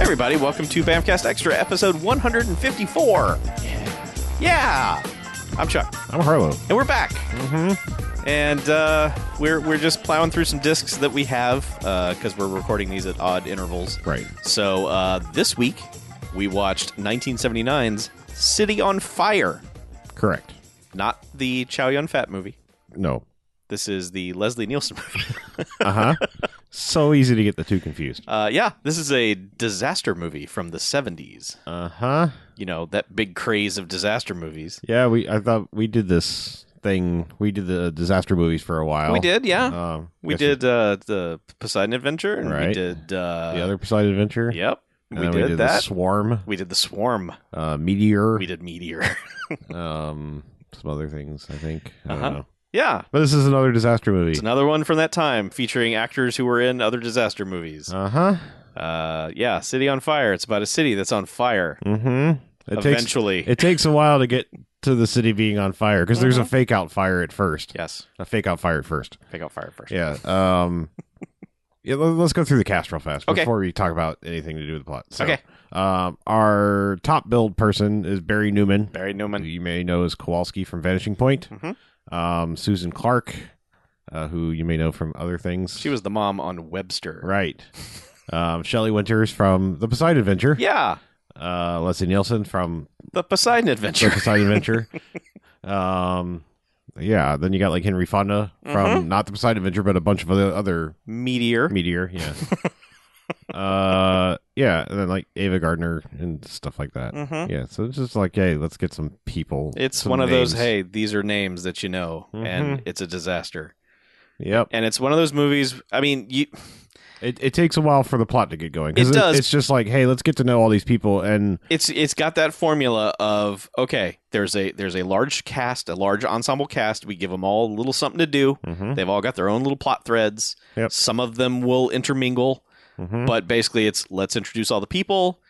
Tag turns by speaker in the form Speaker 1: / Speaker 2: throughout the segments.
Speaker 1: everybody. Welcome to Bamcast Extra, episode 154. Yeah. I'm Chuck,
Speaker 2: I'm Harlow.
Speaker 1: and we're back. Mm-hmm. And uh, we're we're just plowing through some discs that we have because we're recording these at odd intervals.
Speaker 2: Right.
Speaker 1: So uh, this week we watched 1979's City on Fire,
Speaker 2: Correct.
Speaker 1: not the Chow Yun Fat movie.
Speaker 2: No.
Speaker 1: This is the Leslie Nielsen movie.
Speaker 2: Uh huh. so easy to get the two confused.
Speaker 1: Uh, yeah, this is a disaster movie from the 70s.
Speaker 2: Uh huh.
Speaker 1: You know, that big craze of disaster movies.
Speaker 2: Yeah, we. I thought we did this thing. We did the disaster movies for a while.
Speaker 1: We did, yeah.
Speaker 2: Um,
Speaker 1: we
Speaker 2: guess
Speaker 1: did uh, the Poseidon Adventure, and we
Speaker 2: Right.
Speaker 1: did. Uh,
Speaker 2: the other Poseidon adventure.
Speaker 1: Yep.
Speaker 2: And
Speaker 1: we
Speaker 2: then
Speaker 1: did,
Speaker 2: we did the
Speaker 1: that.
Speaker 2: swarm,
Speaker 1: we did the Swarm.
Speaker 2: uh, meteor,
Speaker 1: We did Meteor.
Speaker 2: um, some other things. I think. I don't
Speaker 1: Uh-huh.
Speaker 2: know.
Speaker 1: yeah.
Speaker 2: But this is another disaster
Speaker 1: It's
Speaker 2: movie.
Speaker 1: another one from that time featuring actors who were in other disaster movies.
Speaker 2: Uh huh.
Speaker 1: Uh, yeah, City on Fire. It's about a city that's on fire.
Speaker 2: Mm hmm. It takes
Speaker 1: eventually.
Speaker 2: it takes a while to get to the city being on fire because there's a
Speaker 1: Uh-huh.
Speaker 2: fake out fire at first.
Speaker 1: yes.
Speaker 2: A fake out fire at first.
Speaker 1: Pick out fire first.
Speaker 2: Yeah. Um. yeah. let- Let's go through the cast real fast
Speaker 1: Okay.
Speaker 2: before we talk about anything to do with the plot. So,
Speaker 1: Okay.
Speaker 2: Um. Our top build person is Barry Newman.
Speaker 1: Barry
Speaker 2: who
Speaker 1: Newman.
Speaker 2: You may know as Kowalski from Vanishing Point.
Speaker 1: Mhm.
Speaker 2: Um. Susan Clark, uh, who you may know from other things.
Speaker 1: She was the mom on Webster.
Speaker 2: right. Um, Shelley Winters from The Poseidon Adventure.
Speaker 1: Yeah.
Speaker 2: Uh, Leslie Nielsen from
Speaker 1: The Poseidon
Speaker 2: The
Speaker 1: Adventure.
Speaker 2: Poseidon Adventure. um, yeah. Then you got like Henry Fonda from
Speaker 1: Mm-hmm.
Speaker 2: not The Poseidon Adventure, but a bunch of other, other
Speaker 1: Meteor.
Speaker 2: meteor yeah uh yeah and then like ava gardner and stuff like that
Speaker 1: hmm
Speaker 2: yeah so it's just like hey let's get some people
Speaker 1: It's
Speaker 2: some
Speaker 1: one of those,
Speaker 2: names. Mm-hmm.
Speaker 1: hey, these are names that you know, and it's a disaster.
Speaker 2: yep
Speaker 1: And it's one of those movies. I mean, you,
Speaker 2: it, it takes a while for the plot to get going 'cause
Speaker 1: It does.
Speaker 2: it's just like hey let's get to know all these people and
Speaker 1: it's it's got that formula of okay, there's a there's a large cast, a large ensemble cast. We give them all a little something to do. They've all got their own little plot threads.
Speaker 2: Mm-hmm. Yep. Mm-hmm.
Speaker 1: Some of them will intermingle, but basically, it's let's introduce all the people.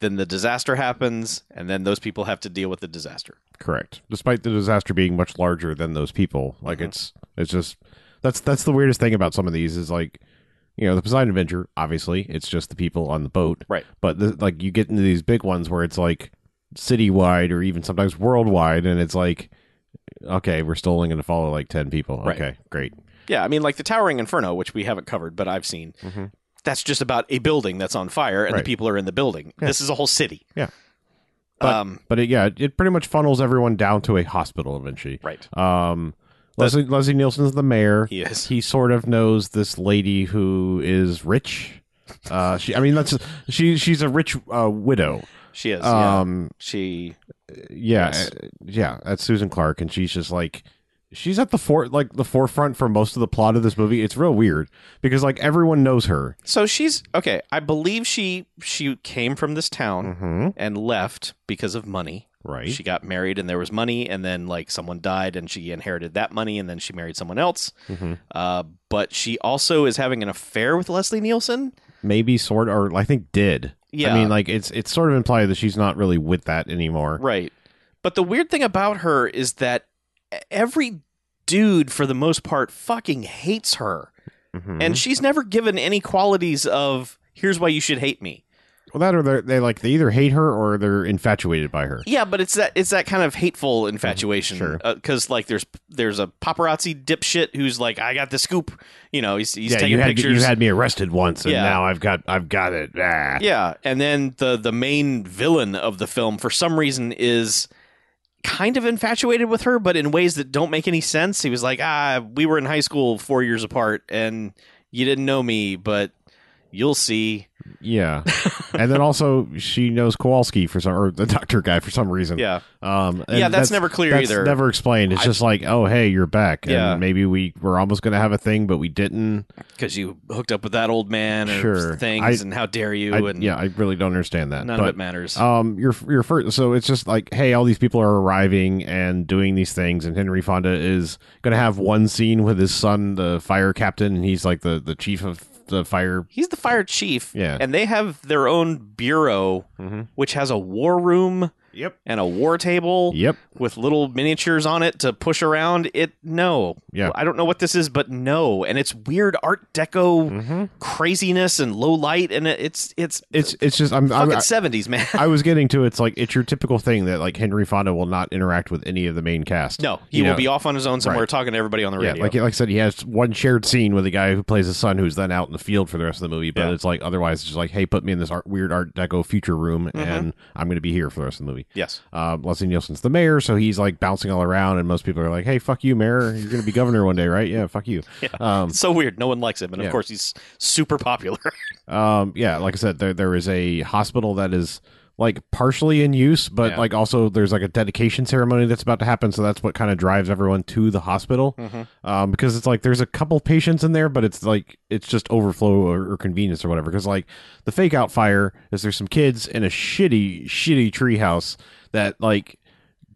Speaker 1: Then the disaster happens, and then those people have to deal with the disaster.
Speaker 2: correct despite the disaster being much larger than those people like
Speaker 1: Mm-hmm.
Speaker 2: it's it's just that's that's the weirdest thing about some of these is like you know the poseidon adventure obviously it's just the people on the boat
Speaker 1: Right.
Speaker 2: but the, like you get into these big ones where it's like citywide or even sometimes worldwide and it's like okay we're still only going to follow like 10 people
Speaker 1: Right.
Speaker 2: okay great
Speaker 1: Yeah, I mean, like the Towering Inferno, which we haven't covered, but I've seen. That's just about a building that's on fire, and
Speaker 2: Mm-hmm. Right.
Speaker 1: the people are in the building. This is a whole city.
Speaker 2: Yeah. But-
Speaker 1: um,
Speaker 2: but it, yeah it, it pretty much funnels everyone down to a hospital eventually
Speaker 1: right.
Speaker 2: um leslie leslie nielsen's the mayor
Speaker 1: He is.
Speaker 2: he sort of knows this lady who is rich uh she i mean that's she she's a rich uh widow
Speaker 1: She is. yeah.
Speaker 2: um
Speaker 1: She.
Speaker 2: Yeah,
Speaker 1: Yes.
Speaker 2: uh, yeah, that's Susan Clark, and she's just like she's at the fore like the forefront for most of the plot of this movie. It's real weird because like everyone knows her.
Speaker 1: So she's okay. I believe she she came from this town
Speaker 2: Mm-hmm.
Speaker 1: and left because of money.
Speaker 2: Right.
Speaker 1: She got married and there was money, and then like someone died and she inherited that money, and then she married someone else.
Speaker 2: Mhm.
Speaker 1: Uh, but she also is having an affair with Leslie Nielsen.
Speaker 2: Maybe sort or I think did.
Speaker 1: Yeah.
Speaker 2: I mean, like it's it's sort of implied that she's not really with that anymore.
Speaker 1: Right. But the weird thing about her is that every dude, for the most part, fucking hates her.
Speaker 2: Mhm.
Speaker 1: And she's never given any qualities of, here's why you should hate me.
Speaker 2: well, that or they're, they like they either hate her or they're infatuated by her.
Speaker 1: Yeah, but it's that it's that kind of hateful infatuation.
Speaker 2: Sure.
Speaker 1: Because like there's there's a paparazzi dipshit who's like, I got the scoop. You know, he's, he's
Speaker 2: yeah,
Speaker 1: taking
Speaker 2: you had
Speaker 1: pictures.
Speaker 2: you had me arrested once, and
Speaker 1: Yeah.
Speaker 2: now I've got I've got it. Ah.
Speaker 1: yeah, and then the the main villain of the film for some reason is kind of infatuated with her, but in ways that don't make any sense. He was like, ah, we were in high school four years apart, and you didn't know me, but you'll see.
Speaker 2: Yeah. and then also she knows Kowalski for some or the doctor guy for some reason.
Speaker 1: Yeah,
Speaker 2: Um, and
Speaker 1: Yeah, that's never clear
Speaker 2: that's
Speaker 1: either.
Speaker 2: Never explained. It's just like, oh, hey, you're back.
Speaker 1: Yeah.
Speaker 2: and maybe we were almost going to have a thing, but we didn't.
Speaker 1: because you hooked up with that old man or
Speaker 2: Sure.
Speaker 1: things,
Speaker 2: I-
Speaker 1: and how dare you?
Speaker 2: I,
Speaker 1: and
Speaker 2: yeah, I really don't understand that.
Speaker 1: none
Speaker 2: but,
Speaker 1: of it matters.
Speaker 2: Um, your your first, so it's just like, hey, all these people are arriving and doing these things, and Henry Fonda is going to have one scene with his son, the fire captain, and he's like the the chief of the fire.
Speaker 1: He's the fire chief.
Speaker 2: Yeah.
Speaker 1: And they have their own bureau,
Speaker 2: Mhm.
Speaker 1: which has a war room
Speaker 2: Yep.
Speaker 1: and a war table
Speaker 2: Yep.
Speaker 1: with little miniatures on it to push around. It no,
Speaker 2: Yeah.
Speaker 1: I don't know what this is, but no, and it's weird Art Deco
Speaker 2: Mm-hmm.
Speaker 1: craziness and low light, and it, it's it's
Speaker 2: It's it's just I'm, I'm
Speaker 1: fucking seventies, man.
Speaker 2: I was getting to it's like it's your typical thing that like Henry Fonda will not interact with any of the main cast.
Speaker 1: no, he
Speaker 2: You
Speaker 1: will
Speaker 2: know,
Speaker 1: be off on his own somewhere
Speaker 2: Right.
Speaker 1: talking to everybody on the
Speaker 2: Yeah,
Speaker 1: radio.
Speaker 2: like like I said, he has one shared scene with a guy who plays his son, who's then out in the field for the rest of the movie. But
Speaker 1: Yeah.
Speaker 2: it's like otherwise, it's just like, hey, put me in this art, weird Art Deco future room,
Speaker 1: Mm-hmm.
Speaker 2: and I'm going to be here for the rest of the movie.
Speaker 1: yes,
Speaker 2: Um, Leslie Nielsen's the mayor, so he's like bouncing all around, and most people are like, "Hey, fuck you, mayor! You're going to be governor one day, right? Yeah, fuck you." Um,
Speaker 1: it's so weird. No one likes him, and
Speaker 2: Yeah.
Speaker 1: of course he's super popular.
Speaker 2: Um, yeah, like I said, there there is a hospital that is like partially in use, but
Speaker 1: Yeah.
Speaker 2: like also there's like a dedication ceremony that's about to happen, so that's what kind of drives everyone to the hospital. Um, because it's like there's a couple patients in there, but it's like it's just overflow or, or convenience or whatever. Because like the fake out fire is there's some kids in a shitty shitty treehouse that like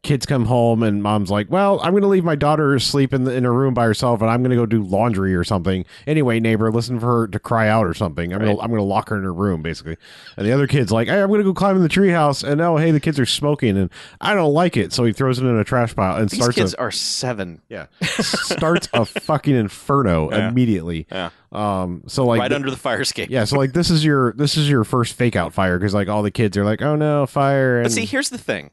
Speaker 2: kids come home and mom's like, "Well, I'm going to leave my daughter asleep in the, in a room by herself, and I'm going to go do laundry or something." Anyway, neighbor, listen for her to cry out or something. I'm gonna I'm gonna lock her in her room basically. And the other kid's like, "Hey, I'm going to go climb in the treehouse," and oh, hey, the kids are smoking, and I don't like it, so he throws it in a trash pile and
Speaker 1: These
Speaker 2: starts
Speaker 1: kids
Speaker 2: a
Speaker 1: are seven.
Speaker 2: yeah starts a fucking inferno
Speaker 1: Yeah.
Speaker 2: immediately.
Speaker 1: Yeah.
Speaker 2: Um. So like
Speaker 1: right
Speaker 2: the-
Speaker 1: under the fire escape.
Speaker 2: yeah. So like this is your this is your first fake out fire because like all the kids are like, "Oh no, fire!" And
Speaker 1: But see, here's the thing.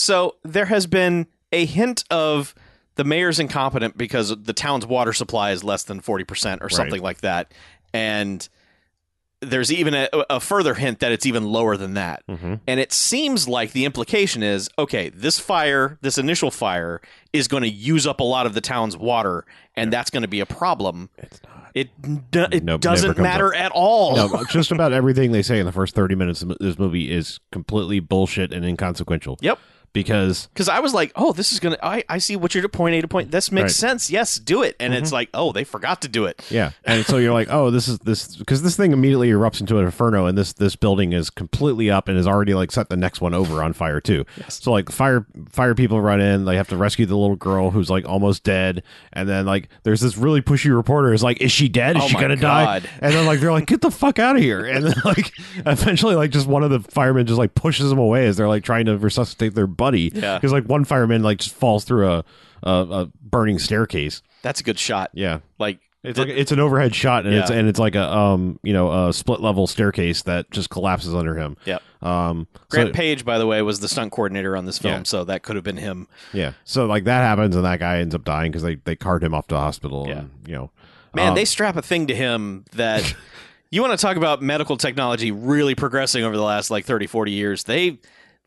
Speaker 1: So there has been a hint of the mayor's incompetent because the town's water supply is less than 40% or something like that. And there's even a, a further hint that it's even lower than that.
Speaker 2: Mhm.
Speaker 1: And it seems like the implication is okay, this fire, this initial fire, is going to use up a lot of the town's water, and that's going to be a problem.
Speaker 2: it's not.
Speaker 1: It, do- it
Speaker 2: Nope, never
Speaker 1: doesn't
Speaker 2: comes
Speaker 1: matter at all.
Speaker 2: No, just about everything they say in the first 30 minutes of this movie is completely bullshit and inconsequential.
Speaker 1: Yep.
Speaker 2: Because
Speaker 1: because I was like, oh, this is gonna. I, I see what you're to point A to point. This makes
Speaker 2: Right. Mm-hmm.
Speaker 1: sense. Yes, do it. And it's like, oh, they forgot to do it.
Speaker 2: yeah, and so you're like, oh, this is this because this thing immediately erupts into an inferno, and this this building is completely up and has already like set the next one over on fire too. So like fire fire people run in, they have to rescue the little girl who's like almost dead, and then like there's this really pushy reporter is like, is she dead? Is
Speaker 1: Oh
Speaker 2: she
Speaker 1: my
Speaker 2: gonna
Speaker 1: God.
Speaker 2: die? And then like they're like, get the fuck out of here! And then like eventually like just one of the firemen just like pushes them away as they're like trying to resuscitate their buddy.
Speaker 1: Yeah.
Speaker 2: Because like one fireman like just falls through a a, a burning staircase.
Speaker 1: That's a good shot.
Speaker 2: Yeah.
Speaker 1: Like
Speaker 2: It's
Speaker 1: th-
Speaker 2: like it's an overhead shot and it's
Speaker 1: Yeah.
Speaker 2: and it's like a um you know a split level staircase that just collapses under him.
Speaker 1: Yep.
Speaker 2: Um. so-
Speaker 1: Grant Page, by the way, was the stunt coordinator on this film,
Speaker 2: Yeah.
Speaker 1: so that could have been him.
Speaker 2: yeah. So like that happens and that guy ends up dying because they they cart him off to the hospital.
Speaker 1: Yeah.
Speaker 2: And, you know.
Speaker 1: Man,
Speaker 2: um,
Speaker 1: they strap a thing to him that. You want to talk about medical technology really progressing over the last like 30 40 years. They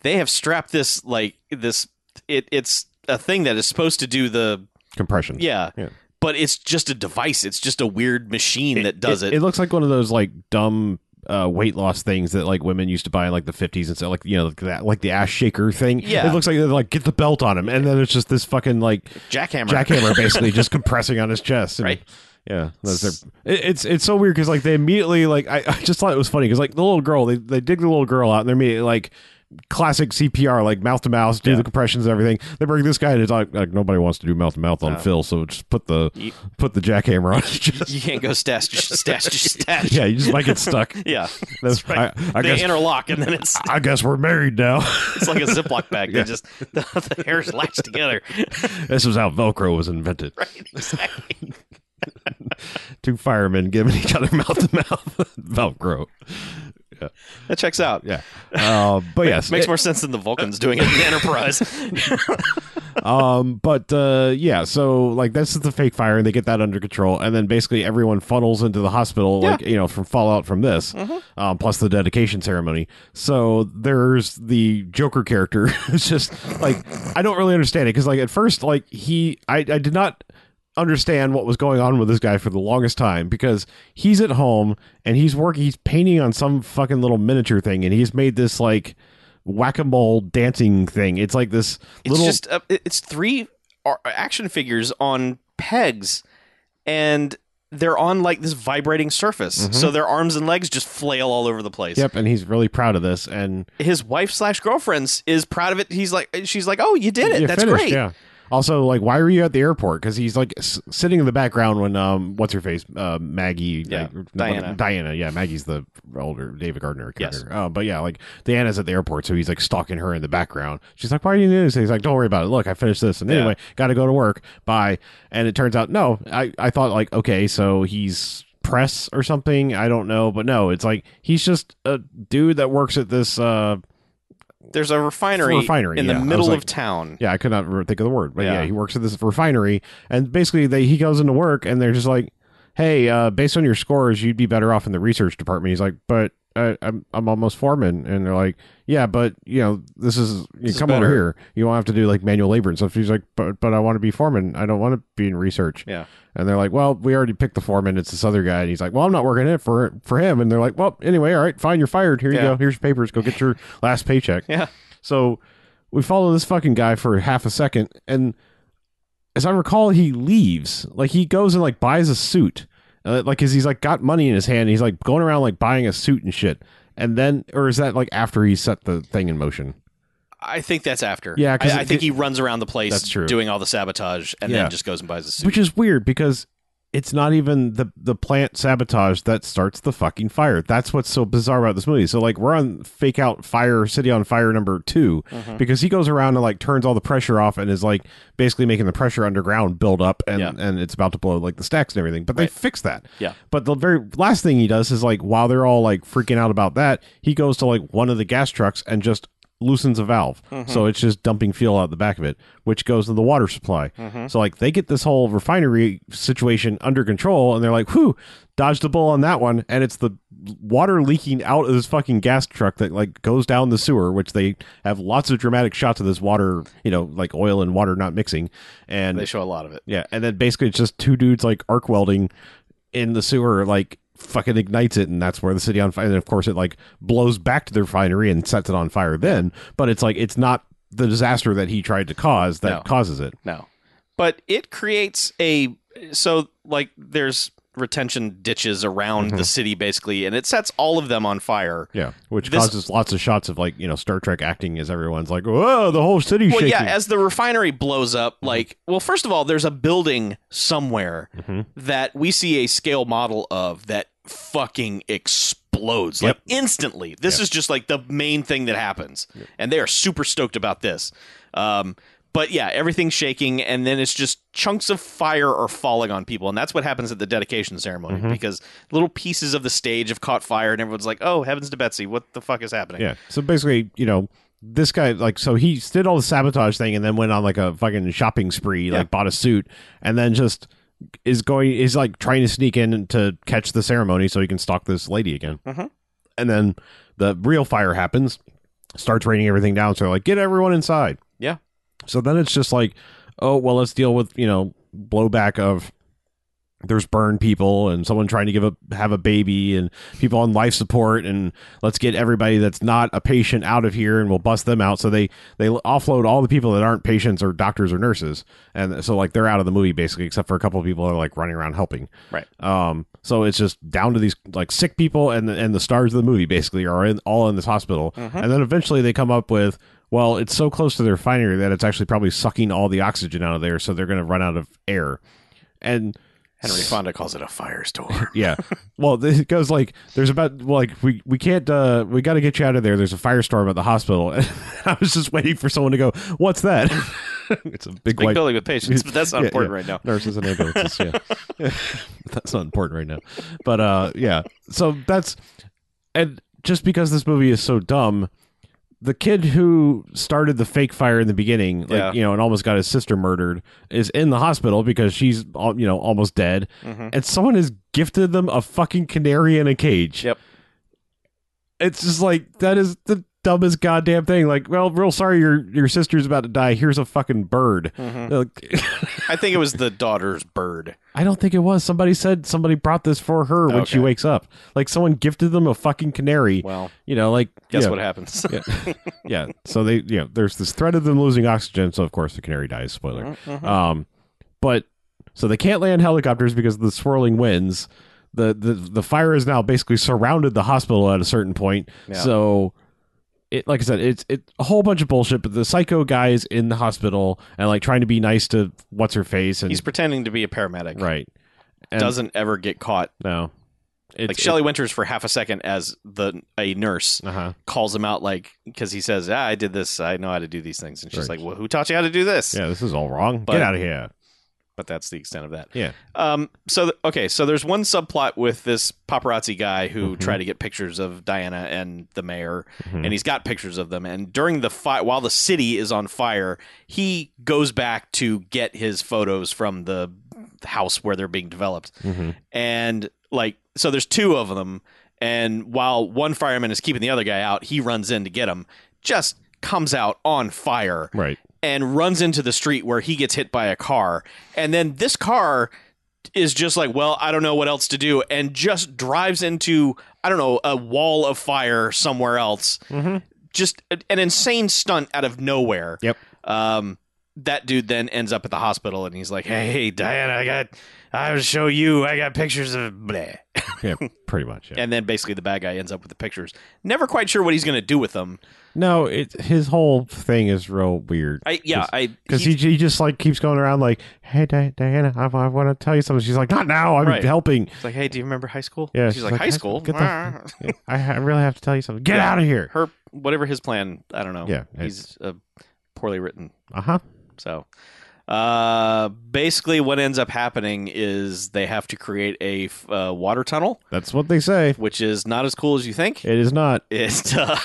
Speaker 1: they have strapped this like this it it's a thing that is supposed to do the
Speaker 2: compression.
Speaker 1: yeah.
Speaker 2: Yeah.
Speaker 1: But it's just a device. It's just a weird machine that does
Speaker 2: It, looks like one of those like dumb uh, weight loss things that like women used to buy in like the fifties and so like you know like that like the ass shaker thing.
Speaker 1: Yeah.
Speaker 2: It looks like they're like get the belt on him and then it's just this fucking like
Speaker 1: Jackhammer.
Speaker 2: jackhammer basically just compressing on his chest and-
Speaker 1: Right.
Speaker 2: yeah that's their, it, it's it's so weird because like they immediately like I, I just thought it was funny because like the little girl they, they dig the little girl out and they're immediately like classic cpr like mouth to mouth do the compressions and everything they bring this guy and it's like, like nobody wants to do mouth to mouth on phil so just put the
Speaker 1: Ye-
Speaker 2: put the jackhammer on his chest
Speaker 1: You can't go stash, stash, stash.
Speaker 2: yeah you just might get stuck
Speaker 1: Yeah.
Speaker 2: that's right i, I
Speaker 1: they
Speaker 2: guess
Speaker 1: interlock and then it's
Speaker 2: i guess we're married now
Speaker 1: it's like a Ziploc bag. They just the, the hairs latch together.
Speaker 2: this was how velcro was invented
Speaker 1: exactly.
Speaker 2: two firemen giving each other mouth to mouth velcro
Speaker 1: That checks out.
Speaker 2: yeah uh, but yes
Speaker 1: Makes
Speaker 2: it-
Speaker 1: more sense than the Vulcans doing it in the Enterprise.
Speaker 2: um but uh yeah so like that's the fake fire and they get that under control and then basically everyone funnels into the hospital like you know from fallout from this
Speaker 1: Mm-hmm.
Speaker 2: um, plus the dedication ceremony so there's the joker character it's just like i don't really understand it because like at first like he i i did not understand what was going on with this guy for the longest time because he's at home and he's working he's painting on some fucking little miniature thing and he's made this like whack-a-mole dancing thing it's like this
Speaker 1: It's
Speaker 2: little
Speaker 1: just uh, it- it's three ar- action figures on pegs, and they're on like this vibrating surface, so their arms and legs just flail all over the place.
Speaker 2: Mm-hmm. Yep, and he's really proud of this, and
Speaker 1: His wife slash girlfriend's is proud of it. He's like, she's like, "Oh, you did it.
Speaker 2: you
Speaker 1: That's
Speaker 2: finished,
Speaker 1: great."
Speaker 2: Yeah, Also, like, why were you at the airport? Because he's like s- sitting in the background when um, what's her face, uh, Maggie,
Speaker 1: Yeah,
Speaker 2: like, no,
Speaker 1: Diana.
Speaker 2: Diana, yeah, Maggie's the older David Gardner
Speaker 1: Yes.
Speaker 2: character. Uh, but yeah, like Diana's at the airport, so he's like stalking her in the background. She's like, "Why are you doing this?" He's like, "Don't worry about it. Look, I finished this, and
Speaker 1: Yeah.
Speaker 2: anyway, got to go to work. Bye." And it turns out, no, I I thought like, okay, so he's press or something. I don't know, but no, it's like he's just a dude that works at this. uh
Speaker 1: There's a refinery,
Speaker 2: Refinery,
Speaker 1: in
Speaker 2: yeah. I
Speaker 1: the
Speaker 2: was
Speaker 1: middle
Speaker 2: like-
Speaker 1: of town.
Speaker 2: yeah, I could not re- think of the word, but yeah.
Speaker 1: Mm. Yeah.
Speaker 2: he works at this refinery, and basically they he goes into work, and they're just like, "Hey, uh, based on your scores, you'd be better off in the research department." He's like, "But I, I'm I'm almost foreman," and they're like, "Yeah, but you know this is you
Speaker 1: This is
Speaker 2: come
Speaker 1: better."
Speaker 2: over here, you won't have to do like manual labor and stuff." He's like, "But but I want to be foreman. I don't want to be in research."
Speaker 1: Yeah.
Speaker 2: and they're like, "Well, we already picked the foreman. It's this other guy," and he's like, "Well, I'm not working it for for him," and they're like, "Well, anyway, all right, fine, you're fired. Here
Speaker 1: Yeah.
Speaker 2: you go. Here's your papers. Go get your last paycheck."
Speaker 1: Yeah.
Speaker 2: So we follow this fucking guy for half a second, and as I recall, he leaves. Like he goes and like buys a suit, uh, like cause he's like got money in his hand. And he's like going around like buying a suit and shit. And then, or is that like after he set the thing in motion?
Speaker 1: I think that's after.
Speaker 2: Yeah, 'cause
Speaker 1: I, I
Speaker 2: it-
Speaker 1: think he runs around the place
Speaker 2: That's true.
Speaker 1: doing all the sabotage and
Speaker 2: Yeah.
Speaker 1: then just goes and buys a suit.
Speaker 2: Which is weird because it's not even the the plant sabotage that starts the fucking fire. That's what's so bizarre about this movie. So like we're on fake out fire city on fire number 2
Speaker 1: Mm-hmm.
Speaker 2: because he goes around and like turns all the pressure off and is like basically making the pressure underground build up and
Speaker 1: Yeah.
Speaker 2: and it's about to blow like the stacks and everything. But they
Speaker 1: Right.
Speaker 2: fix that.
Speaker 1: Yeah.
Speaker 2: But the very last thing he does is like while they're all like freaking out about that, he goes to like one of the gas trucks and just loosens a valve. So it's just dumping fuel out the back of it, which goes to the water supply. So like they get this whole refinery situation under control and they're like, whew, dodged a bull on that one. And it's the water leaking out of this fucking gas truck that like goes down the sewer, which they have lots of dramatic shots of this water, you know, like oil and water not mixing. And
Speaker 1: they show a lot of it.
Speaker 2: yeah, and then basically it's just two dudes like arc welding in the sewer, like fucking ignites it, and that's where the city on fire. And of course, it like blows back to the refinery and sets it on fire. Then, but it's like it's not the disaster that he tried to cause that
Speaker 1: No.
Speaker 2: causes it.
Speaker 1: No. But it creates a so like there's retention ditches around
Speaker 2: Mm-hmm.
Speaker 1: the city basically and it sets all of them on fire.
Speaker 2: Yeah, which
Speaker 1: This-
Speaker 2: causes lots of shots of like you know Star Trek acting as everyone's like, whoa, the whole city
Speaker 1: Well,
Speaker 2: shaking.
Speaker 1: yeah, as the refinery blows up, like, well, first of all, there's a building somewhere
Speaker 2: Mhm.
Speaker 1: that we see a scale model of that fucking explodes like instantly. This is just like the main thing that happens, and they are super stoked about this. Um, but yeah, everything's shaking, and then it's just chunks of fire are falling on people, and that's what happens at the dedication ceremony because little pieces of the stage have caught fire, and everyone's like, "Oh, heavens to Betsy, what the fuck is happening?"
Speaker 2: Yeah. So basically, you know, this guy like so he did all the sabotage thing and then went on like a fucking shopping spree,
Speaker 1: Yeah.
Speaker 2: like bought a suit, and then just is going is like trying to sneak in to catch the ceremony so he can stalk this lady again.
Speaker 1: Mhm.
Speaker 2: And then the real fire happens, starts raining everything down. So they're like, get everyone inside.
Speaker 1: Yeah.
Speaker 2: So then it's just like, oh well, let's deal with you know blowback of there's burned people and someone trying to give a have a baby and people on life support and let's get everybody that's not a patient out of here and we'll bust them out so they they offload all the people that aren't patients or doctors or nurses and so like they're out of the movie basically except for a couple of people that are like running around helping
Speaker 1: Right.
Speaker 2: um so it's just down to these like sick people and the, and the stars of the movie basically are in all in this hospital and then eventually they come up with well it's so close to the refinery that it's actually probably sucking all the oxygen out of there so they're going to run out of air and
Speaker 1: Henry Fonda calls it a firestorm.
Speaker 2: yeah. Well, th- it goes like there's about well, like we we can't uh we got to get you out of there. There's a firestorm at the hospital. I was just waiting for someone to go, "What's that?" it's a big,
Speaker 1: big
Speaker 2: white
Speaker 1: building with patients, but that's not
Speaker 2: Yeah,
Speaker 1: important
Speaker 2: yeah.
Speaker 1: right now.
Speaker 2: Nurses and ambulances, yeah. that's not important right now. But uh yeah. So that's and just because this movie is so dumb, the kid who started the fake fire in the beginning, like
Speaker 1: Yeah.
Speaker 2: you know, and almost got his sister murdered, is in the hospital because she's al- you know almost dead,
Speaker 1: Mm-hmm.
Speaker 2: and someone has gifted them a fucking canary in a cage.
Speaker 1: Yep.
Speaker 2: It's just like that is the dumbest goddamn thing. Like, well, real sorry your your sister's about to die. Here's a fucking bird. Like,
Speaker 1: Mm-hmm. I think it was the daughter's bird.
Speaker 2: I don't think it was. Somebody said somebody brought this for her when
Speaker 1: Okay.
Speaker 2: she wakes up. Like someone gifted them a fucking canary.
Speaker 1: Well,
Speaker 2: you know, like
Speaker 1: guess
Speaker 2: yeah,
Speaker 1: what happens?
Speaker 2: yeah. So they, you know, there's this threat of them losing oxygen. So of course the canary dies.
Speaker 1: Mm-hmm.
Speaker 2: Spoiler. Um, but so they can't land helicopters because of the swirling winds. The the the fire has now basically surrounded the hospital at a certain point.
Speaker 1: Yeah.
Speaker 2: So it like I said, it's it a whole bunch of bullshit. But the psycho guy is in the hospital and like trying to be nice to what's her face and
Speaker 1: He's pretending to be a paramedic.
Speaker 2: right and-
Speaker 1: Doesn't ever get caught.
Speaker 2: No, it's,
Speaker 1: like Shelley Winters for half a second as the a nurse
Speaker 2: Uh huh.
Speaker 1: calls him out like because he says, ah, "I did this. I know how to do these things," and she's
Speaker 2: Right.
Speaker 1: like, "Well, who taught you how to do this?"
Speaker 2: Yeah, this is all wrong.
Speaker 1: But-
Speaker 2: Get out of here.
Speaker 1: But that's the extent of that.
Speaker 2: Yeah.
Speaker 1: Um. So th- okay. So there's one subplot with this paparazzi guy who
Speaker 2: Mhm.
Speaker 1: tried to get pictures of Diana and the mayor,
Speaker 2: Mhm.
Speaker 1: and he's got pictures of them. And during the fight, while the city is on fire, he goes back to get his photos from the house where they're being developed.
Speaker 2: Mhm.
Speaker 1: And like, so there's two of them. And while one fireman is keeping the other guy out, he runs in to get him. Just comes out on fire
Speaker 2: Right.
Speaker 1: and runs into the street where he gets hit by a car. And then this car is just like, well, I don't know what else to do, and just drives into, I don't know, a wall of fire somewhere else.
Speaker 2: Mhm.
Speaker 1: Just a- an insane stunt out of nowhere.
Speaker 2: Yep.
Speaker 1: Um, that dude then ends up at the hospital and he's like, hey, Diana, I got, I'll show you, I got pictures of bleh.
Speaker 2: Yeah. Pretty much. Yeah.
Speaker 1: And then basically the bad guy ends up with the pictures. Never quite sure what he's going to do with them.
Speaker 2: No, it his whole thing is real weird.
Speaker 1: I, yeah, I,
Speaker 2: Because he, he just like keeps going around like, hey Di- Diana, I, I want to tell you something. She's like, not now. I'm
Speaker 1: Right.
Speaker 2: helping.
Speaker 1: he's like, hey, do you remember high school?
Speaker 2: Yeah,
Speaker 1: She's, like, high school?
Speaker 2: Get the- I, ha- I really have to tell you something. Get
Speaker 1: Yeah.
Speaker 2: out of here.
Speaker 1: her whatever his plan i don't know
Speaker 2: Yeah,
Speaker 1: he's uh, poorly written
Speaker 2: Uh huh.
Speaker 1: so uh basically what ends up happening is they have to create a f- uh, water tunnel
Speaker 2: That's what they say.
Speaker 1: which is not as cool as you think
Speaker 2: It is not.
Speaker 1: it's uh,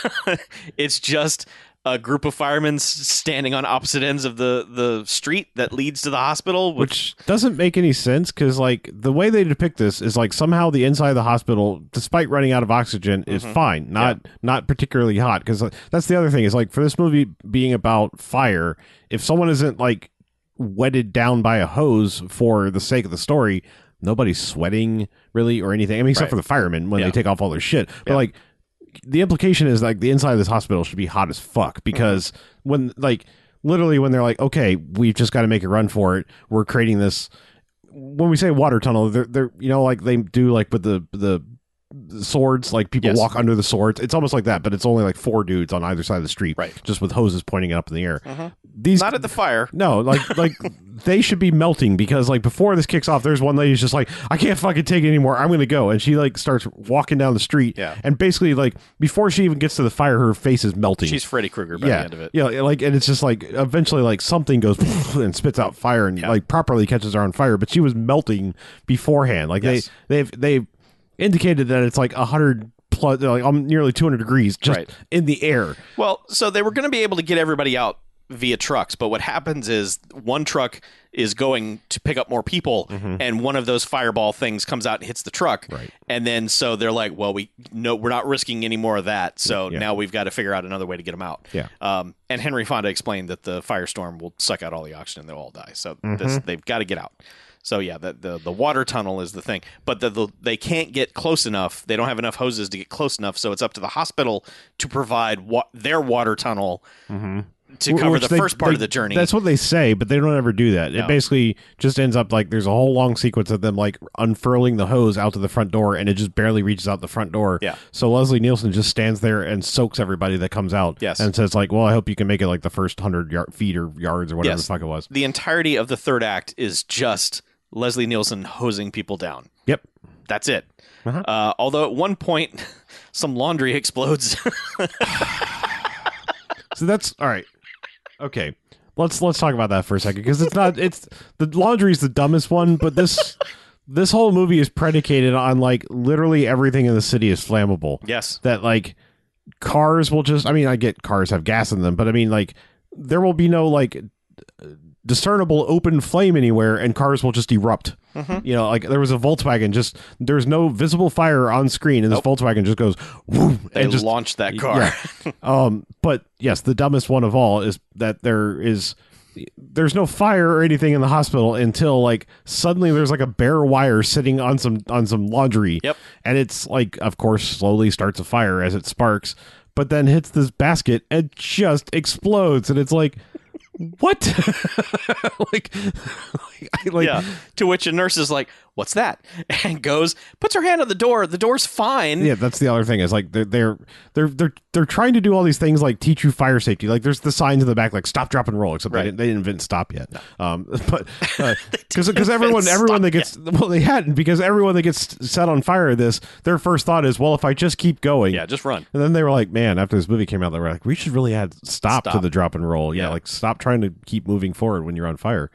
Speaker 1: it's just a group of firemen s- standing on opposite ends of the the street that leads to the hospital which,
Speaker 2: Which doesn't make any sense because, like, the way they depict this is like somehow the inside of the hospital, despite running out of oxygen, is
Speaker 1: Mm-hmm.
Speaker 2: fine, not not particularly hot. Because that's the other thing is like for this movie being about fire, if someone isn't like wetted down by a hose for the sake of the story, nobody's sweating really or anything. I mean, except
Speaker 1: Right.
Speaker 2: for the firemen when
Speaker 1: Yeah.
Speaker 2: they take off all their shit. But
Speaker 1: Yeah.
Speaker 2: like, the implication is like the inside of this hospital should be hot as fuck because when like literally when they're like okay we've just got to make a run for it we're creating this when we say water tunnel they're, they're you know like they do like with the the swords like people
Speaker 1: Yes.
Speaker 2: walk under the swords it's almost like that but it's only like four dudes on either side of the street
Speaker 1: Right.
Speaker 2: just with hoses pointing up in the air
Speaker 1: Mhm.
Speaker 2: these
Speaker 1: not at the fire
Speaker 2: no, like like they should be melting because like before this kicks off, there's one lady who's just like, I can't fucking take it anymore. I'm gonna go, and she like starts walking down the street.
Speaker 1: Yeah.
Speaker 2: and basically like before she even gets to the fire, her face is melting.
Speaker 1: she's freddy krueger by
Speaker 2: yeah,
Speaker 1: the end of it
Speaker 2: yeah, like and it's just like eventually like something goes and spits out fire and
Speaker 1: Yeah.
Speaker 2: like properly catches her on fire, but she was melting beforehand. Like
Speaker 1: Yes.
Speaker 2: they they've they've indicated that it's like hundred plus like um, nearly 200 degrees just
Speaker 1: Right.
Speaker 2: in the air.
Speaker 1: Well, so they were going to be able to get everybody out via trucks, but what happens is one truck is going to pick up more people, and one of those fireball things comes out and hits the truck.
Speaker 2: Mm-hmm. Right.
Speaker 1: And then so they're like, "Well, we no, we're not risking any more of that. So
Speaker 2: Yeah.
Speaker 1: now we've got to figure out another way to get them out."
Speaker 2: Yeah.
Speaker 1: Um, and Henry Fonda explained that the firestorm will suck out all the oxygen; and they'll all die. So
Speaker 2: Mm-hmm.
Speaker 1: this, they've got to get out. So yeah, the, the the water tunnel is the thing, but the, the they can't get close enough. They don't have enough hoses to get close enough. So it's up to the hospital to provide wa- their water tunnel to
Speaker 2: Mm-hmm. Wh-
Speaker 1: cover
Speaker 2: which
Speaker 1: the
Speaker 2: they-
Speaker 1: first part
Speaker 2: they-
Speaker 1: of the journey.
Speaker 2: That's what they say, but they don't ever do that.
Speaker 1: No.
Speaker 2: It basically just ends up like there's a whole long sequence of them like unfurling the hose out to the front door, and it just barely reaches out the front door.
Speaker 1: Yeah.
Speaker 2: So Leslie Nielsen just stands there and soaks everybody that comes out.
Speaker 1: Yes.
Speaker 2: And says like, "Well, I hope you can make it like the first hundred yard, feet or yards or whatever
Speaker 1: Yes.
Speaker 2: the fuck it was."
Speaker 1: the entirety of the third act is just Leslie Nielsen hosing people down.
Speaker 2: Yep.
Speaker 1: That's it.
Speaker 2: Uh-huh.
Speaker 1: Uh, although at one point, some laundry explodes.
Speaker 2: So that's all right. Okay. Let's let's talk about that for a second because it's not it's the laundry's the dumbest one, but this this whole movie is predicated on like literally everything in the city is flammable.
Speaker 1: yes.
Speaker 2: that like cars will just i mean i get cars have gas in them but i mean like there will be no like discernible open flame anywhere and cars will just erupt you know like there was a volkswagen just there's no visible fire on screen and this volkswagen just goes whoom,
Speaker 1: They
Speaker 2: and just
Speaker 1: launched that car.
Speaker 2: yeah. um, but yes, the dumbest one of all is that there is there's no fire or anything in the hospital until like suddenly there's like a bare wire sitting on some on some laundry.
Speaker 1: Yep.
Speaker 2: And it's like of course slowly starts a fire as it sparks, but then hits this basket and just explodes and it's like what? like, like, I like
Speaker 1: yeah. To which a nurse is like, "What's that?" and goes, puts her hand on the door. The door's fine.
Speaker 2: Yeah, that's the other thing is like they're they're they're they're they're trying to do all these things like teach you fire safety. Like there's the signs in the back like stop, drop, and roll. Except
Speaker 1: Right.
Speaker 2: they didn't they didn't invent stop yet. Um, but because
Speaker 1: didn't
Speaker 2: because everyone
Speaker 1: invent stop
Speaker 2: everyone that gets well they hadn't because everyone that gets set on fire this their first thought is well if I just keep going
Speaker 1: Yeah, just run.
Speaker 2: And then they were like, man, after this movie came out, they were like, we should really add stop, to
Speaker 1: Stop.
Speaker 2: the drop and roll. Yeah,
Speaker 1: Yeah.
Speaker 2: like stop trying to keep moving forward when you're on fire.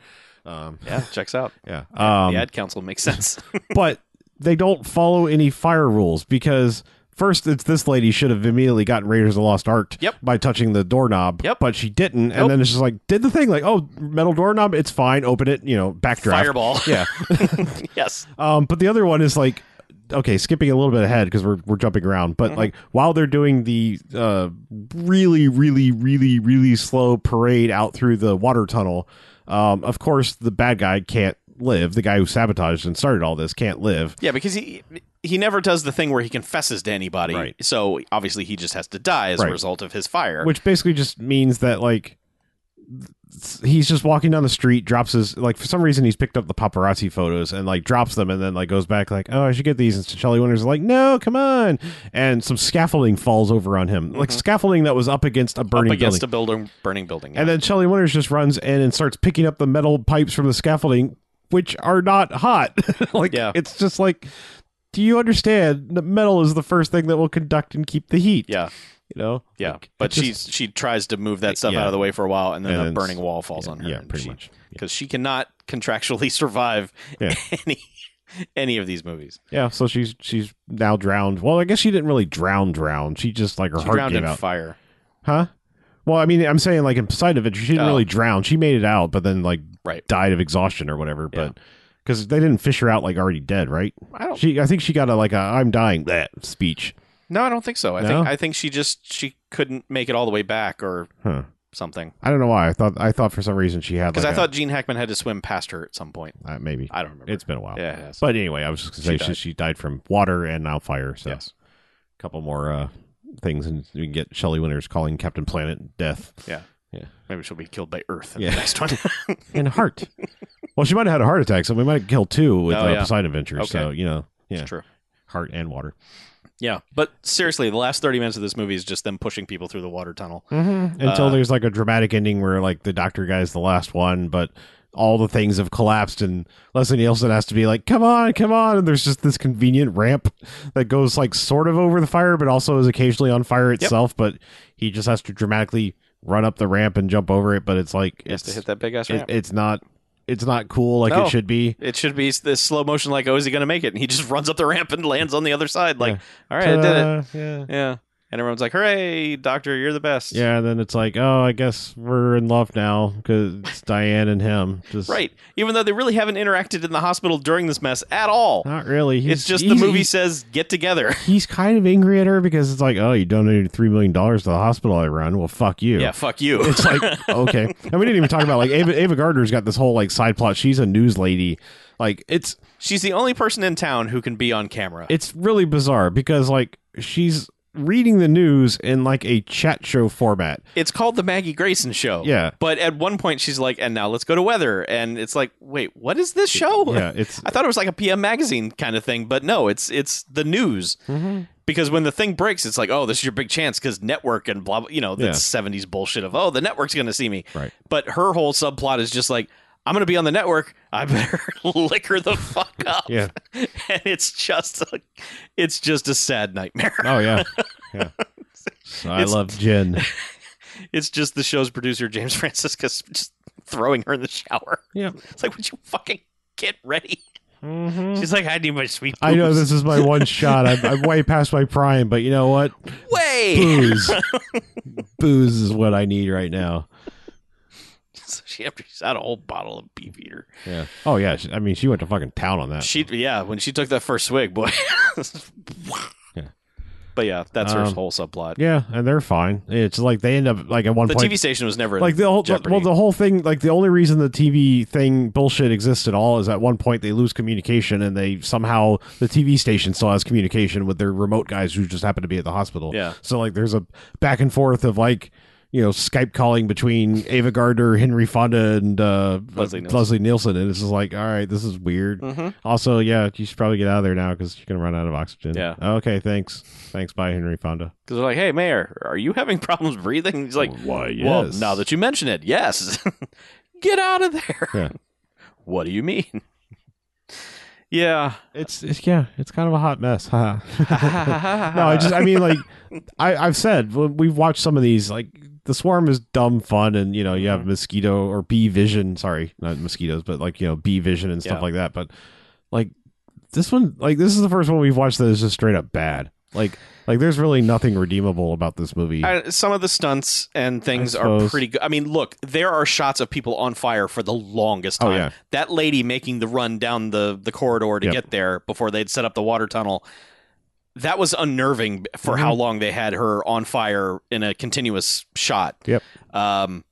Speaker 2: Um,
Speaker 1: Yeah, checks out.
Speaker 2: yeah. Um,
Speaker 1: the ad council makes sense.
Speaker 2: but they don't follow any fire rules because first it's this lady should have immediately gotten Raiders of the Lost Ark
Speaker 1: Yep.
Speaker 2: by touching the doorknob.
Speaker 1: Yep.
Speaker 2: But she didn't.
Speaker 1: Nope.
Speaker 2: And then it's just like, did the thing like, oh, metal doorknob, it's fine. Open it, you know, backdraft.
Speaker 1: Fireball.
Speaker 2: Yeah.
Speaker 1: yes.
Speaker 2: Um, but the other one is like, okay, skipping a little bit ahead because we're we're jumping around.
Speaker 1: Mm-hmm.
Speaker 2: But like while they're doing the uh, really, really, really, really slow parade out through the water tunnel, um, of course the bad guy can't live. The guy who sabotaged and started all this can't live.
Speaker 1: Yeah, because he he never does the thing where he confesses to anybody.
Speaker 2: Right.
Speaker 1: So obviously he just has to die as
Speaker 2: Right.
Speaker 1: a result of his fire.
Speaker 2: which basically just means that like th- he's just walking down the street drops his like for some reason he's picked up the paparazzi photos and like drops them and then like goes back like oh i should get these and shelly winters is like no come on and some scaffolding falls over on him like scaffolding that was up against a
Speaker 1: Mm-hmm.
Speaker 2: burning
Speaker 1: up against
Speaker 2: building
Speaker 1: a building, burning building.
Speaker 2: and then shelly winters just runs in and starts picking up the metal pipes from the scaffolding which are not hot like
Speaker 1: Yeah.
Speaker 2: it's just like do you understand that metal is the first thing that will conduct and keep the heat
Speaker 1: yeah,
Speaker 2: you know
Speaker 1: yeah.
Speaker 2: Like,
Speaker 1: but
Speaker 2: it just-
Speaker 1: she she tries to move that stuff
Speaker 2: Yeah.
Speaker 1: out of the way for a while, and then
Speaker 2: And
Speaker 1: a
Speaker 2: then
Speaker 1: burning
Speaker 2: s-
Speaker 1: wall falls on her.
Speaker 2: yeah pretty much
Speaker 1: because she cannot contractually survive
Speaker 2: Yeah.
Speaker 1: any any of these movies.
Speaker 2: Yeah, so she's she's now drowned. Well, I guess she didn't really drown, drown. She just like her
Speaker 1: She
Speaker 2: heart
Speaker 1: drowned
Speaker 2: gave
Speaker 1: in
Speaker 2: out,
Speaker 1: fire.
Speaker 2: huh? Well, I mean, I'm saying like inside of it, she didn't
Speaker 1: Oh.
Speaker 2: really drown. She made it out, but then like
Speaker 1: Right.
Speaker 2: died of exhaustion or whatever.
Speaker 1: Yeah.
Speaker 2: But because they didn't fish her out like already dead, right?
Speaker 1: I don't.
Speaker 2: She, I think she got a like a "I'm dying" bleh, speech.
Speaker 1: no, I don't think so. I
Speaker 2: No?
Speaker 1: think I think she just she couldn't make it all the way back or
Speaker 2: Huh. Oh
Speaker 1: something.
Speaker 2: I don't know why. I thought I thought for some reason she had
Speaker 1: Because
Speaker 2: like
Speaker 1: I
Speaker 2: a-
Speaker 1: thought Gene Hackman had to swim past her at some point.
Speaker 2: uh, maybe
Speaker 1: I don't remember.
Speaker 2: it's been a while.
Speaker 1: yeah, it has.
Speaker 2: But anyway, I was just gonna say
Speaker 1: She
Speaker 2: she she,
Speaker 1: died.
Speaker 2: died from water and now fire. So
Speaker 1: Yes.
Speaker 2: a couple more uh, things, and we can get Shelley Winters calling Captain Planet death.
Speaker 1: Maybe she'll be killed by Earth in
Speaker 2: Yeah.
Speaker 1: the next one.
Speaker 2: and heart. well, she might have had a heart attack, so we might have killed two with
Speaker 1: Oh,
Speaker 2: uh,
Speaker 1: yeah.
Speaker 2: Poseidon Adventures. So
Speaker 1: Okay.
Speaker 2: you know, yeah,
Speaker 1: It's true.
Speaker 2: heart and water.
Speaker 1: Yeah, but seriously, the last thirty minutes of this movie is just them pushing people through the water tunnel.
Speaker 2: Mm-hmm. Until
Speaker 1: Uh,
Speaker 2: there's like a dramatic ending where like the doctor guy's the last one, but all the things have collapsed, and Leslie Nielsen has to be like, "Come on, come on!" And there's just this convenient ramp that goes like sort of over the fire, but also is occasionally on fire itself. But he just has to dramatically run up the ramp and jump over it. But it's like
Speaker 1: Yes, to
Speaker 2: it's
Speaker 1: hit that big ass
Speaker 2: it,
Speaker 1: ramp. It,
Speaker 2: it's not it's not cool like
Speaker 1: No.
Speaker 2: it should be.
Speaker 1: should be this slow motion, like, oh, is he going to make it? And he just runs up the ramp and lands on the other side. Like,
Speaker 2: Yeah.
Speaker 1: all right, I did it.
Speaker 2: Ta-da, Uh, Yeah.
Speaker 1: Yeah, and everyone's like, hooray, Doctor, you're the best.
Speaker 2: Yeah, and then it's like, oh, I guess we're in love now because it's Diane and him. Just
Speaker 1: Right. Even though they really haven't interacted in the hospital during this mess at all.
Speaker 2: Not really. He's,
Speaker 1: it's just the
Speaker 2: he's-
Speaker 1: movie
Speaker 2: He's,
Speaker 1: says get together.
Speaker 2: he's kind of angry at her because it's like, oh, you donated three million dollars to the hospital I run. Well, fuck you.
Speaker 1: Yeah, fuck you.
Speaker 2: It's like okay, and we didn't even talk about like Ava, Ava Gardner's got this whole like side plot. She's a news lady. Like it's
Speaker 1: She's the only person in town who can be on camera.
Speaker 2: it's really bizarre because like she's reading the news in like a chat show format.
Speaker 1: It's called the Maggie Grayson show.
Speaker 2: Yeah.
Speaker 1: But at one point she's like, and now let's go to weather. And it's like, wait, what is this show?
Speaker 2: Yeah, it's
Speaker 1: I thought it was like a PM magazine kind of thing, but no, it's it's the news. Because when the thing breaks, it's like, oh, this is your big chance because network and blah, blah, you know,
Speaker 2: Yeah.
Speaker 1: that's 70s bullshit of, oh, the network's going to see me.
Speaker 2: Right.
Speaker 1: But her whole subplot is just like, I'm going to be on the network. I better liquor the fuck up.
Speaker 2: Yeah.
Speaker 1: And it's just a, it's just a sad nightmare.
Speaker 2: oh yeah, yeah. So I
Speaker 1: It's-
Speaker 2: love Jen.
Speaker 1: It's just the show's producer, James Franciscus, just throwing her in the shower.
Speaker 2: Yep.
Speaker 1: It's like, would you fucking get ready?
Speaker 2: Mm-hmm.
Speaker 1: She's like, I need my sweet
Speaker 2: I know this is my one shot. I'm, I'm way past my prime, but you know what?
Speaker 1: way.
Speaker 2: Booze, booze is what I need right now.
Speaker 1: so she after she's out a whole bottle of beef eater.
Speaker 2: Yeah. Oh yeah. She, I mean, she went to fucking town on that.
Speaker 1: She yeah, when she took that first swig, boy.
Speaker 2: Yeah.
Speaker 1: But yeah, that's her
Speaker 2: Um,
Speaker 1: whole subplot.
Speaker 2: Yeah, and they're fine. It's like they end up like at one
Speaker 1: the
Speaker 2: point,
Speaker 1: TV station was never
Speaker 2: like the whole
Speaker 1: Jeopardy.
Speaker 2: well, the whole thing. Like the only reason the TV thing bullshit exists at all is at one point they lose communication and they somehow the TV station still has communication with their remote guys who just happen to be at the hospital.
Speaker 1: Yeah.
Speaker 2: So like there's a back and forth of like you know Skype calling between Ava Gardner, Henry Fonda, and uh,
Speaker 1: Leslie
Speaker 2: uh,
Speaker 1: Nielsen.
Speaker 2: Leslie Nielsen, and it's just like, all right, this is weird.
Speaker 1: Mm-hmm.
Speaker 2: Also, yeah, you should probably get out of there now because you're gonna run out of oxygen.
Speaker 1: Yeah.
Speaker 2: Okay, thanks, thanks. Bye, Henry Fonda.
Speaker 1: Because they're like, "Hey, Mayor, are you having problems breathing?" He's like,
Speaker 2: why?
Speaker 1: "Well, now that you mention it, yes. Get out of there."
Speaker 2: Yeah.
Speaker 1: What do you mean? yeah.
Speaker 2: it's, it's yeah, it's kind of a hot mess. Haha.
Speaker 1: no,
Speaker 2: no, I just I mean like I I've said when we've watched some of these like the swarm is dumb fun and you know you
Speaker 1: Mm-hmm.
Speaker 2: have mosquito or bee vision sorry not mosquitoes but like you know bee vision and stuff
Speaker 1: Yeah.
Speaker 2: like that but like this one like this is the first one we've watched that is just straight up bad like like there's really nothing redeemable about this movie
Speaker 1: I, some of the stunts and things are
Speaker 2: suppose.
Speaker 1: pretty good. I mean, look, there are shots of people on fire for the longest
Speaker 2: Oh,
Speaker 1: time.
Speaker 2: yeah.
Speaker 1: That lady making the run down the, the corridor to
Speaker 2: Yep.
Speaker 1: get there before they'd set up the water tunnel. That was unnerving for how
Speaker 2: Mm-hmm.
Speaker 1: long they had her on fire in a continuous shot.
Speaker 2: Yep.
Speaker 1: Um,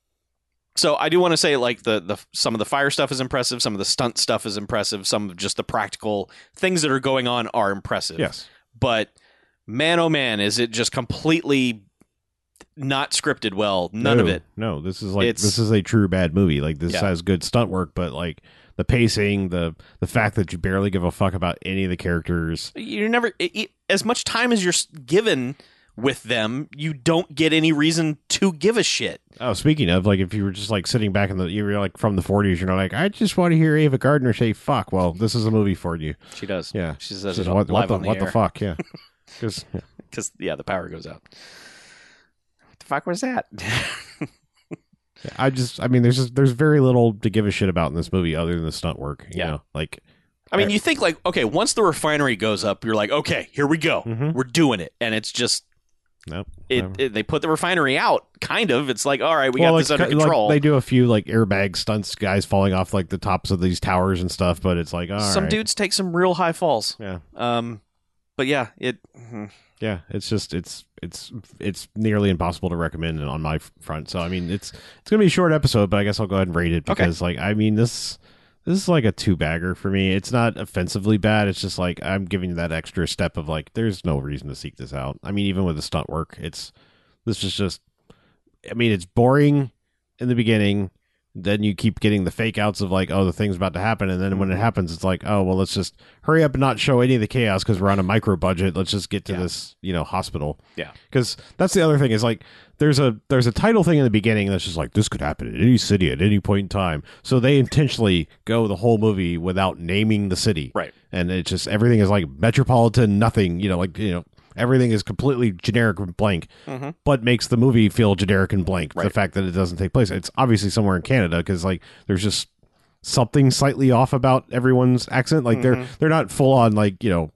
Speaker 1: so I do want to say like the the some of the fire stuff is impressive, some of the stunt stuff is impressive, some of just the practical things that are going on are impressive
Speaker 2: yes
Speaker 1: but man oh man is it just completely not scripted well none of
Speaker 2: No,
Speaker 1: it
Speaker 2: no this is like
Speaker 1: It's-
Speaker 2: this is a true bad movie like this
Speaker 1: Yeah.
Speaker 2: has good stunt work but like the pacing the the fact that you barely give a fuck about any of the characters
Speaker 1: you're never i i as much time as you're s- given with them you don't get any reason to give a shit
Speaker 2: Oh, speaking of, like, if you were just like sitting back in the, you were like from the 40s, you're not like, I just want to hear Ava Gardner say fuck. Well, this is a movie for you.
Speaker 1: she does
Speaker 2: Yeah.
Speaker 1: she says it
Speaker 2: Just what, what
Speaker 1: live
Speaker 2: the,
Speaker 1: on the
Speaker 2: what the
Speaker 1: air.
Speaker 2: fuck? Yeah. 'Cause- yeah.
Speaker 1: because yeah the power goes out what the fuck was that
Speaker 2: I just, I mean, there's just, there's very little to give a shit about in this movie other than the stunt work. You
Speaker 1: Yeah.
Speaker 2: Know? Like,
Speaker 1: i mean you think like okay once the refinery goes up you're like okay here we go
Speaker 2: Mhm.
Speaker 1: we're doing it and it's just
Speaker 2: Nope,
Speaker 1: it,
Speaker 2: never.
Speaker 1: it- they put the refinery out kind of it's like all right we
Speaker 2: well,
Speaker 1: got
Speaker 2: like,
Speaker 1: this under
Speaker 2: cu- like,
Speaker 1: control
Speaker 2: they do a few like airbag stunts, guys falling off like the tops of these towers and stuff, but it's like, all
Speaker 1: some
Speaker 2: right.
Speaker 1: dudes take some real high falls.
Speaker 2: Yeah.
Speaker 1: Um, but yeah, it. mhm.
Speaker 2: Yeah, it's just it's it's it's nearly impossible to recommend on my front. So I mean, it's it's gonna be a short episode, but I guess I'll go ahead and rate it
Speaker 1: Okay.
Speaker 2: because like I mean this this is like a two bagger for me. It's not offensively bad. It's just like I'm giving you that extra step of like there's no reason to seek this out. I mean, even with the stunt work, it's this is just. I mean, it's boring in the beginning. Then you keep getting the fake outs of like, oh, the thing's about to happen, and then when it
Speaker 1: Mm-hmm.
Speaker 2: happens, it's like, oh, well, let's just hurry up and not show any of the chaos because we're on a micro budget. Let's just get to
Speaker 1: Yeah.
Speaker 2: this, you know, hospital.
Speaker 1: Yeah.
Speaker 2: because that's the other thing is like there's a there's a title thing in the beginning that's just like this could happen at any city at any point in time. So they intentionally go the whole movie without naming the city,
Speaker 1: Right.
Speaker 2: And it's just everything is like metropolitan, nothing, you know, like you know. Everything is completely generic and blank,
Speaker 1: Mhm.
Speaker 2: but makes the movie feel generic and blank. The
Speaker 1: Right.
Speaker 2: fact that it doesn't take place, it's obviously somewhere in Canada because like there's just something slightly off about everyone's accent. Like they're
Speaker 1: Mm-hmm.
Speaker 2: they're not full on like you know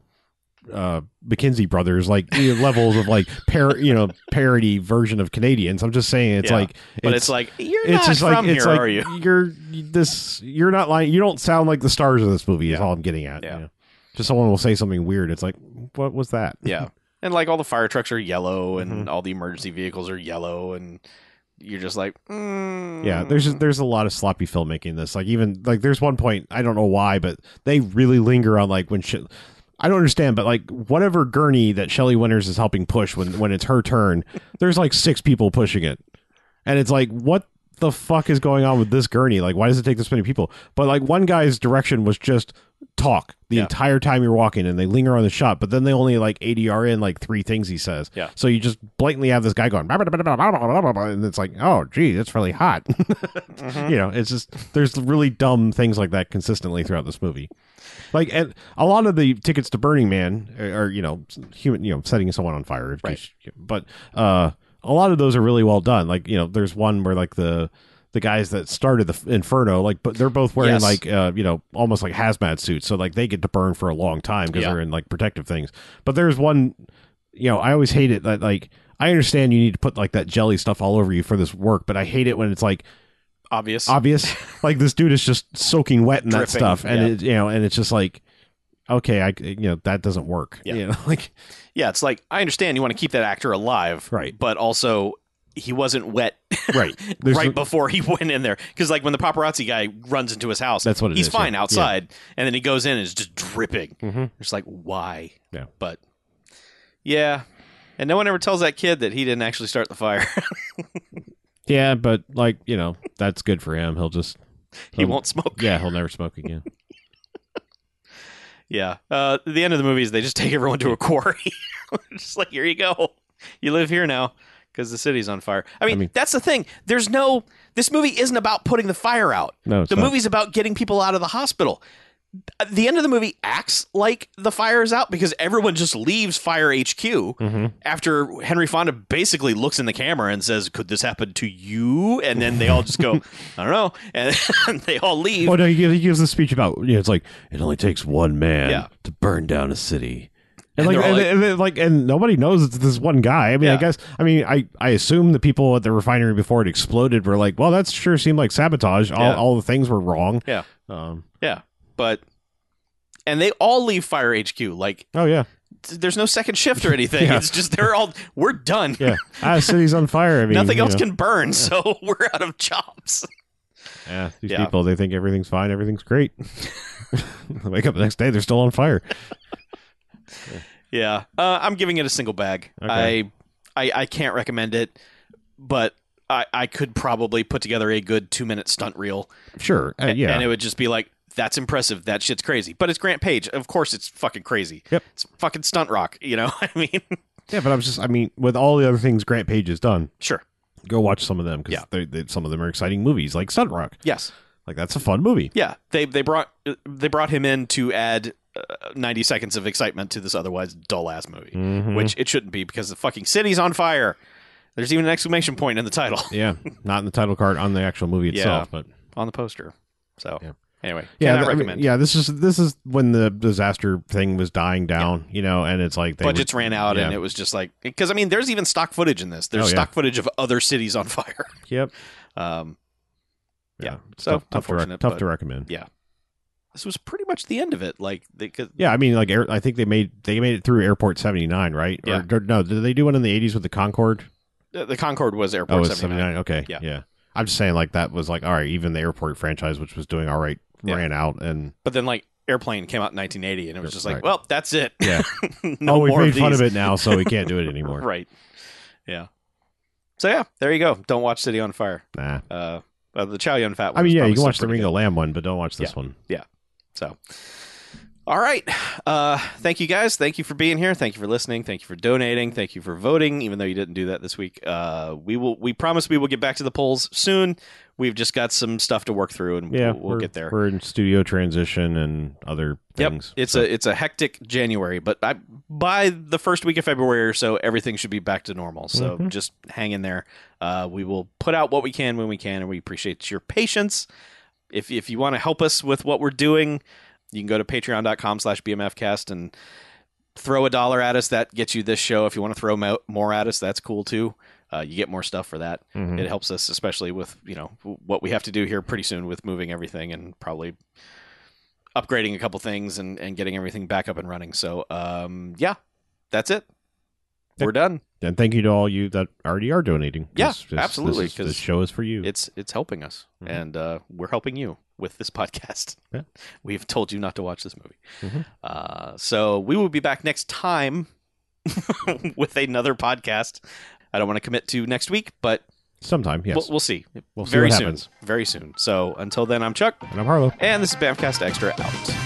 Speaker 2: uh McKinsey brothers like you know, levels of like par you know parody version of Canadians. I'm just saying it's
Speaker 1: Yeah.
Speaker 2: like
Speaker 1: But it's, like you're
Speaker 2: it's
Speaker 1: not
Speaker 2: just
Speaker 1: from
Speaker 2: like
Speaker 1: here,
Speaker 2: it's like
Speaker 1: are you?
Speaker 2: you're this you're not lying. You don't sound like the stars of this movie. Is all I'm getting at.
Speaker 1: Yeah.
Speaker 2: you know? Just someone will say something weird. It's like what was that?
Speaker 1: Yeah. And like all the fire trucks are yellow, and
Speaker 2: Mm-hmm.
Speaker 1: all the emergency vehicles are yellow, and you're just like, mm.
Speaker 2: Yeah, there's just, there's a lot of sloppy filmmaking in this. Like even like there's one point I don't know why, but they really linger on like when shit. I don't understand, but like whatever gurney that Shelley Winters is helping push when when it's her turn, there's like six people pushing it, and it's like what the fuck is going on with this gurney? Like why does it take this many people? But like one guy's direction was just talk the
Speaker 1: Yeah.
Speaker 2: entire time you're walking, and they linger on the shot, but then they only like ADR in like three things he says.
Speaker 1: Yeah.
Speaker 2: So you just blatantly have this guy going, and it's like, oh, gee, that's really hot.
Speaker 1: Mm-hmm.
Speaker 2: You know, it's just there's really dumb things like that consistently throughout this movie. Like and a lot of the tickets to Burning Man are, are, you know human, you know, setting someone on fire.
Speaker 1: Right.
Speaker 2: But uh, a lot of those are really well done. Like you know, there's one where like the the guys that started the inferno, like, but they're both wearing
Speaker 1: Yes.
Speaker 2: like uh, you know almost like hazmat suits, so like they get to burn for a long time because
Speaker 1: Yeah.
Speaker 2: they're in like protective things. But there's one you know, I always hate it that like I understand you need to put like that jelly stuff all over you for this work, but I hate it when it's like
Speaker 1: obvious.
Speaker 2: obvious. like this dude is just soaking wet in that
Speaker 1: Dripping,
Speaker 2: stuff, and
Speaker 1: yeah.
Speaker 2: it, you know, and it's just like, okay, I you know that doesn't work.
Speaker 1: Yeah.
Speaker 2: You know, like
Speaker 1: yeah, it's like I understand you want to keep that actor alive,
Speaker 2: Right.
Speaker 1: But also, he wasn't wet
Speaker 2: right, There's
Speaker 1: right before he went in there because, like, when the paparazzi guy runs into his house,
Speaker 2: That's what it
Speaker 1: he's
Speaker 2: is, yeah.
Speaker 1: fine
Speaker 2: Yeah.
Speaker 1: outside, and then he goes in and it's just dripping.
Speaker 2: Mhm.
Speaker 1: It's like why?
Speaker 2: Yeah.
Speaker 1: But yeah. And no one ever tells that kid that he didn't actually start the fire.
Speaker 2: Yeah, but like you know, that's good for him. He'll just Um,
Speaker 1: He won't smoke.
Speaker 2: Yeah, he'll never smoke again.
Speaker 1: Yeah. Uh, at the end of the movie is they just take everyone to a quarry. just like, here you go. You live here now because the city's on fire. I mean,
Speaker 2: mean-
Speaker 1: that's the thing. There's no, this movie isn't about putting the fire out.
Speaker 2: No, it's
Speaker 1: the
Speaker 2: not.
Speaker 1: movie's about getting people out of the hospital. At The end of the movie acts like the fire is out because everyone just leaves Fire HQ
Speaker 2: Mhm.
Speaker 1: after Henry Fonda basically looks in the camera and says, "Could this happen to you?" And then they all just go, "I don't know," and, they all leave.
Speaker 2: Oh no, he gives, he gives a speech about you know, it's like it only takes one man
Speaker 1: Yeah.
Speaker 2: to burn down a city.
Speaker 1: And
Speaker 2: And, like,
Speaker 1: they're all
Speaker 2: and,
Speaker 1: like-
Speaker 2: and, and, like, and nobody knows it's this one guy. I mean,
Speaker 1: Yeah.
Speaker 2: I guess, I mean, I, I assume the people at the refinery before it exploded were like, well, that sure seemed like sabotage. All,
Speaker 1: Yeah.
Speaker 2: all the things were wrong.
Speaker 1: Yeah.
Speaker 2: Um,
Speaker 1: Yeah, but and they all leave Fire HQ. Like,
Speaker 2: oh, yeah.
Speaker 1: t- there's no second shift or anything.
Speaker 2: Yeah.
Speaker 1: It's just they're all we're done.
Speaker 2: Yeah. ah, city's on fire. I mean,
Speaker 1: Nothing
Speaker 2: you
Speaker 1: else
Speaker 2: know.
Speaker 1: can burn, so we're out of jobs.
Speaker 2: Yeah, these
Speaker 1: Yeah.
Speaker 2: people, they think everything's fine, everything's great. They Wake up the next day, they're still on fire.
Speaker 1: Yeah, uh, I'm giving it a single bag.
Speaker 2: Okay.
Speaker 1: I, I I can't recommend it, but I I could probably put together a good two minute stunt reel.
Speaker 2: Sure. Uh, yeah.
Speaker 1: And it would just be like, that's impressive. That shit's crazy. But it's Grant Page. Of course it's fucking crazy.
Speaker 2: Yep.
Speaker 1: It's fucking stunt rock, you know? I mean,
Speaker 2: yeah, but I was just, I mean, with all the other things Grant Page has done,
Speaker 1: sure.
Speaker 2: go watch some of them because
Speaker 1: Yeah.
Speaker 2: they, they, some of them are exciting movies like Stunt Rock.
Speaker 1: Yes.
Speaker 2: Like that's a fun movie.
Speaker 1: Yeah. They they brought they brought him in to add uh, 90 seconds of excitement to this otherwise dull ass movie,
Speaker 2: Mm-hmm.
Speaker 1: which it shouldn't be because the fucking city's on fire. There's even an exclamation point in the title
Speaker 2: yeah, not in the title card on the actual movie
Speaker 1: Yeah.
Speaker 2: itself, but
Speaker 1: on the poster. So,
Speaker 2: Yeah.
Speaker 1: anyway,
Speaker 2: yeah,
Speaker 1: yeah,
Speaker 2: th- I mean,
Speaker 1: recommend.
Speaker 2: yeah. This is this is when the disaster thing was dying down, you know, and it's like they
Speaker 1: Budgets ran out, and
Speaker 2: yeah.
Speaker 1: it was just like because I mean, there's even stock footage in this. There's
Speaker 2: Oh, yeah.
Speaker 1: stock footage of other cities on fire.
Speaker 2: Yep.
Speaker 1: Um, yeah.
Speaker 2: it's
Speaker 1: So,
Speaker 2: tough, tough, to,
Speaker 1: unfortunate,
Speaker 2: rec- tough
Speaker 1: but-
Speaker 2: to recommend.
Speaker 1: Yeah. this was pretty much the end of it. Like they could,
Speaker 2: Yeah, I mean, like air, I think they made they made it through Airport seventy nine, right?
Speaker 1: Yeah.
Speaker 2: Or, or no, did they do one in the eighties with the Concorde?
Speaker 1: uh, the Concorde was
Speaker 2: Oh, it
Speaker 1: Airport
Speaker 2: was
Speaker 1: 79.
Speaker 2: seventy nine. Okay,
Speaker 1: Yeah.
Speaker 2: yeah. I'm just saying, like that was like all right. Even the airport franchise, which was doing all right,
Speaker 1: Yeah.
Speaker 2: ran out, and
Speaker 1: But then like Airplane came out in 1980 and it was just like,
Speaker 2: Right.
Speaker 1: well, that's it.
Speaker 2: Yeah.
Speaker 1: no
Speaker 2: oh, we
Speaker 1: more
Speaker 2: made
Speaker 1: of
Speaker 2: fun
Speaker 1: these.
Speaker 2: of it now, so we can't do it anymore.
Speaker 1: Right. Yeah. So yeah, there you go. Don't watch City on Fire.
Speaker 2: Nah.
Speaker 1: Uh, uh, the Chow Yun Fat one.
Speaker 2: I mean,
Speaker 1: is
Speaker 2: yeah,
Speaker 1: probably
Speaker 2: you can watch
Speaker 1: still
Speaker 2: the
Speaker 1: pretty
Speaker 2: Ringo Lamb one, but don't watch this one.
Speaker 1: good. So. All right. Uh, thank you guys. Thank you for being here. Thank you for listening. Thank you for donating. Thank you for voting, even though you didn't do that this week. Uh, we will. We promise we will get back to the polls soon. We've just got some stuff to work through, and
Speaker 2: Yeah,
Speaker 1: we'll, we'll
Speaker 2: we're-
Speaker 1: get there.
Speaker 2: We're in studio transition and other things.
Speaker 1: Yep, it's
Speaker 2: so-
Speaker 1: a it's a hectic January, but I, by the first week of February or so, everything should be back to normal. So
Speaker 2: Mhm.
Speaker 1: just hang in there. Uh, we will put out what we can when we can, and we appreciate your patience. If if you want to help us with what we're doing, you can go to patreon.com slash bmfcast and throw a dollar at us. That gets you this show. If you want to throw mo- more at us, that's cool too. Uh, you get more stuff for that
Speaker 2: mhm.
Speaker 1: it helps us especially with you know what we have to do here pretty soon with moving everything and probably upgrading a couple things and, and getting everything back up and running so um yeah that's it
Speaker 2: Yep.
Speaker 1: we're done
Speaker 2: and thank you to all you that already are donating.
Speaker 1: Yeah,
Speaker 2: This- this- this
Speaker 1: absolutely,
Speaker 2: is-
Speaker 1: 'cause
Speaker 2: This, show is for you.
Speaker 1: it's it's helping us
Speaker 2: Mhm.
Speaker 1: and uh, we're helping you with this podcast
Speaker 2: Yeah.
Speaker 1: we've told you not to watch this movie
Speaker 2: Mhm.
Speaker 1: uh, so we will be back next time with another podcast i don't want to commit to next week but
Speaker 2: Sometime, yes.
Speaker 1: we'll, we'll see
Speaker 2: We'll see
Speaker 1: very
Speaker 2: what
Speaker 1: soon
Speaker 2: happens.
Speaker 1: very soon so until then i'm chuck
Speaker 2: and I'm Harlow.
Speaker 1: And this is Bamcast Extra out.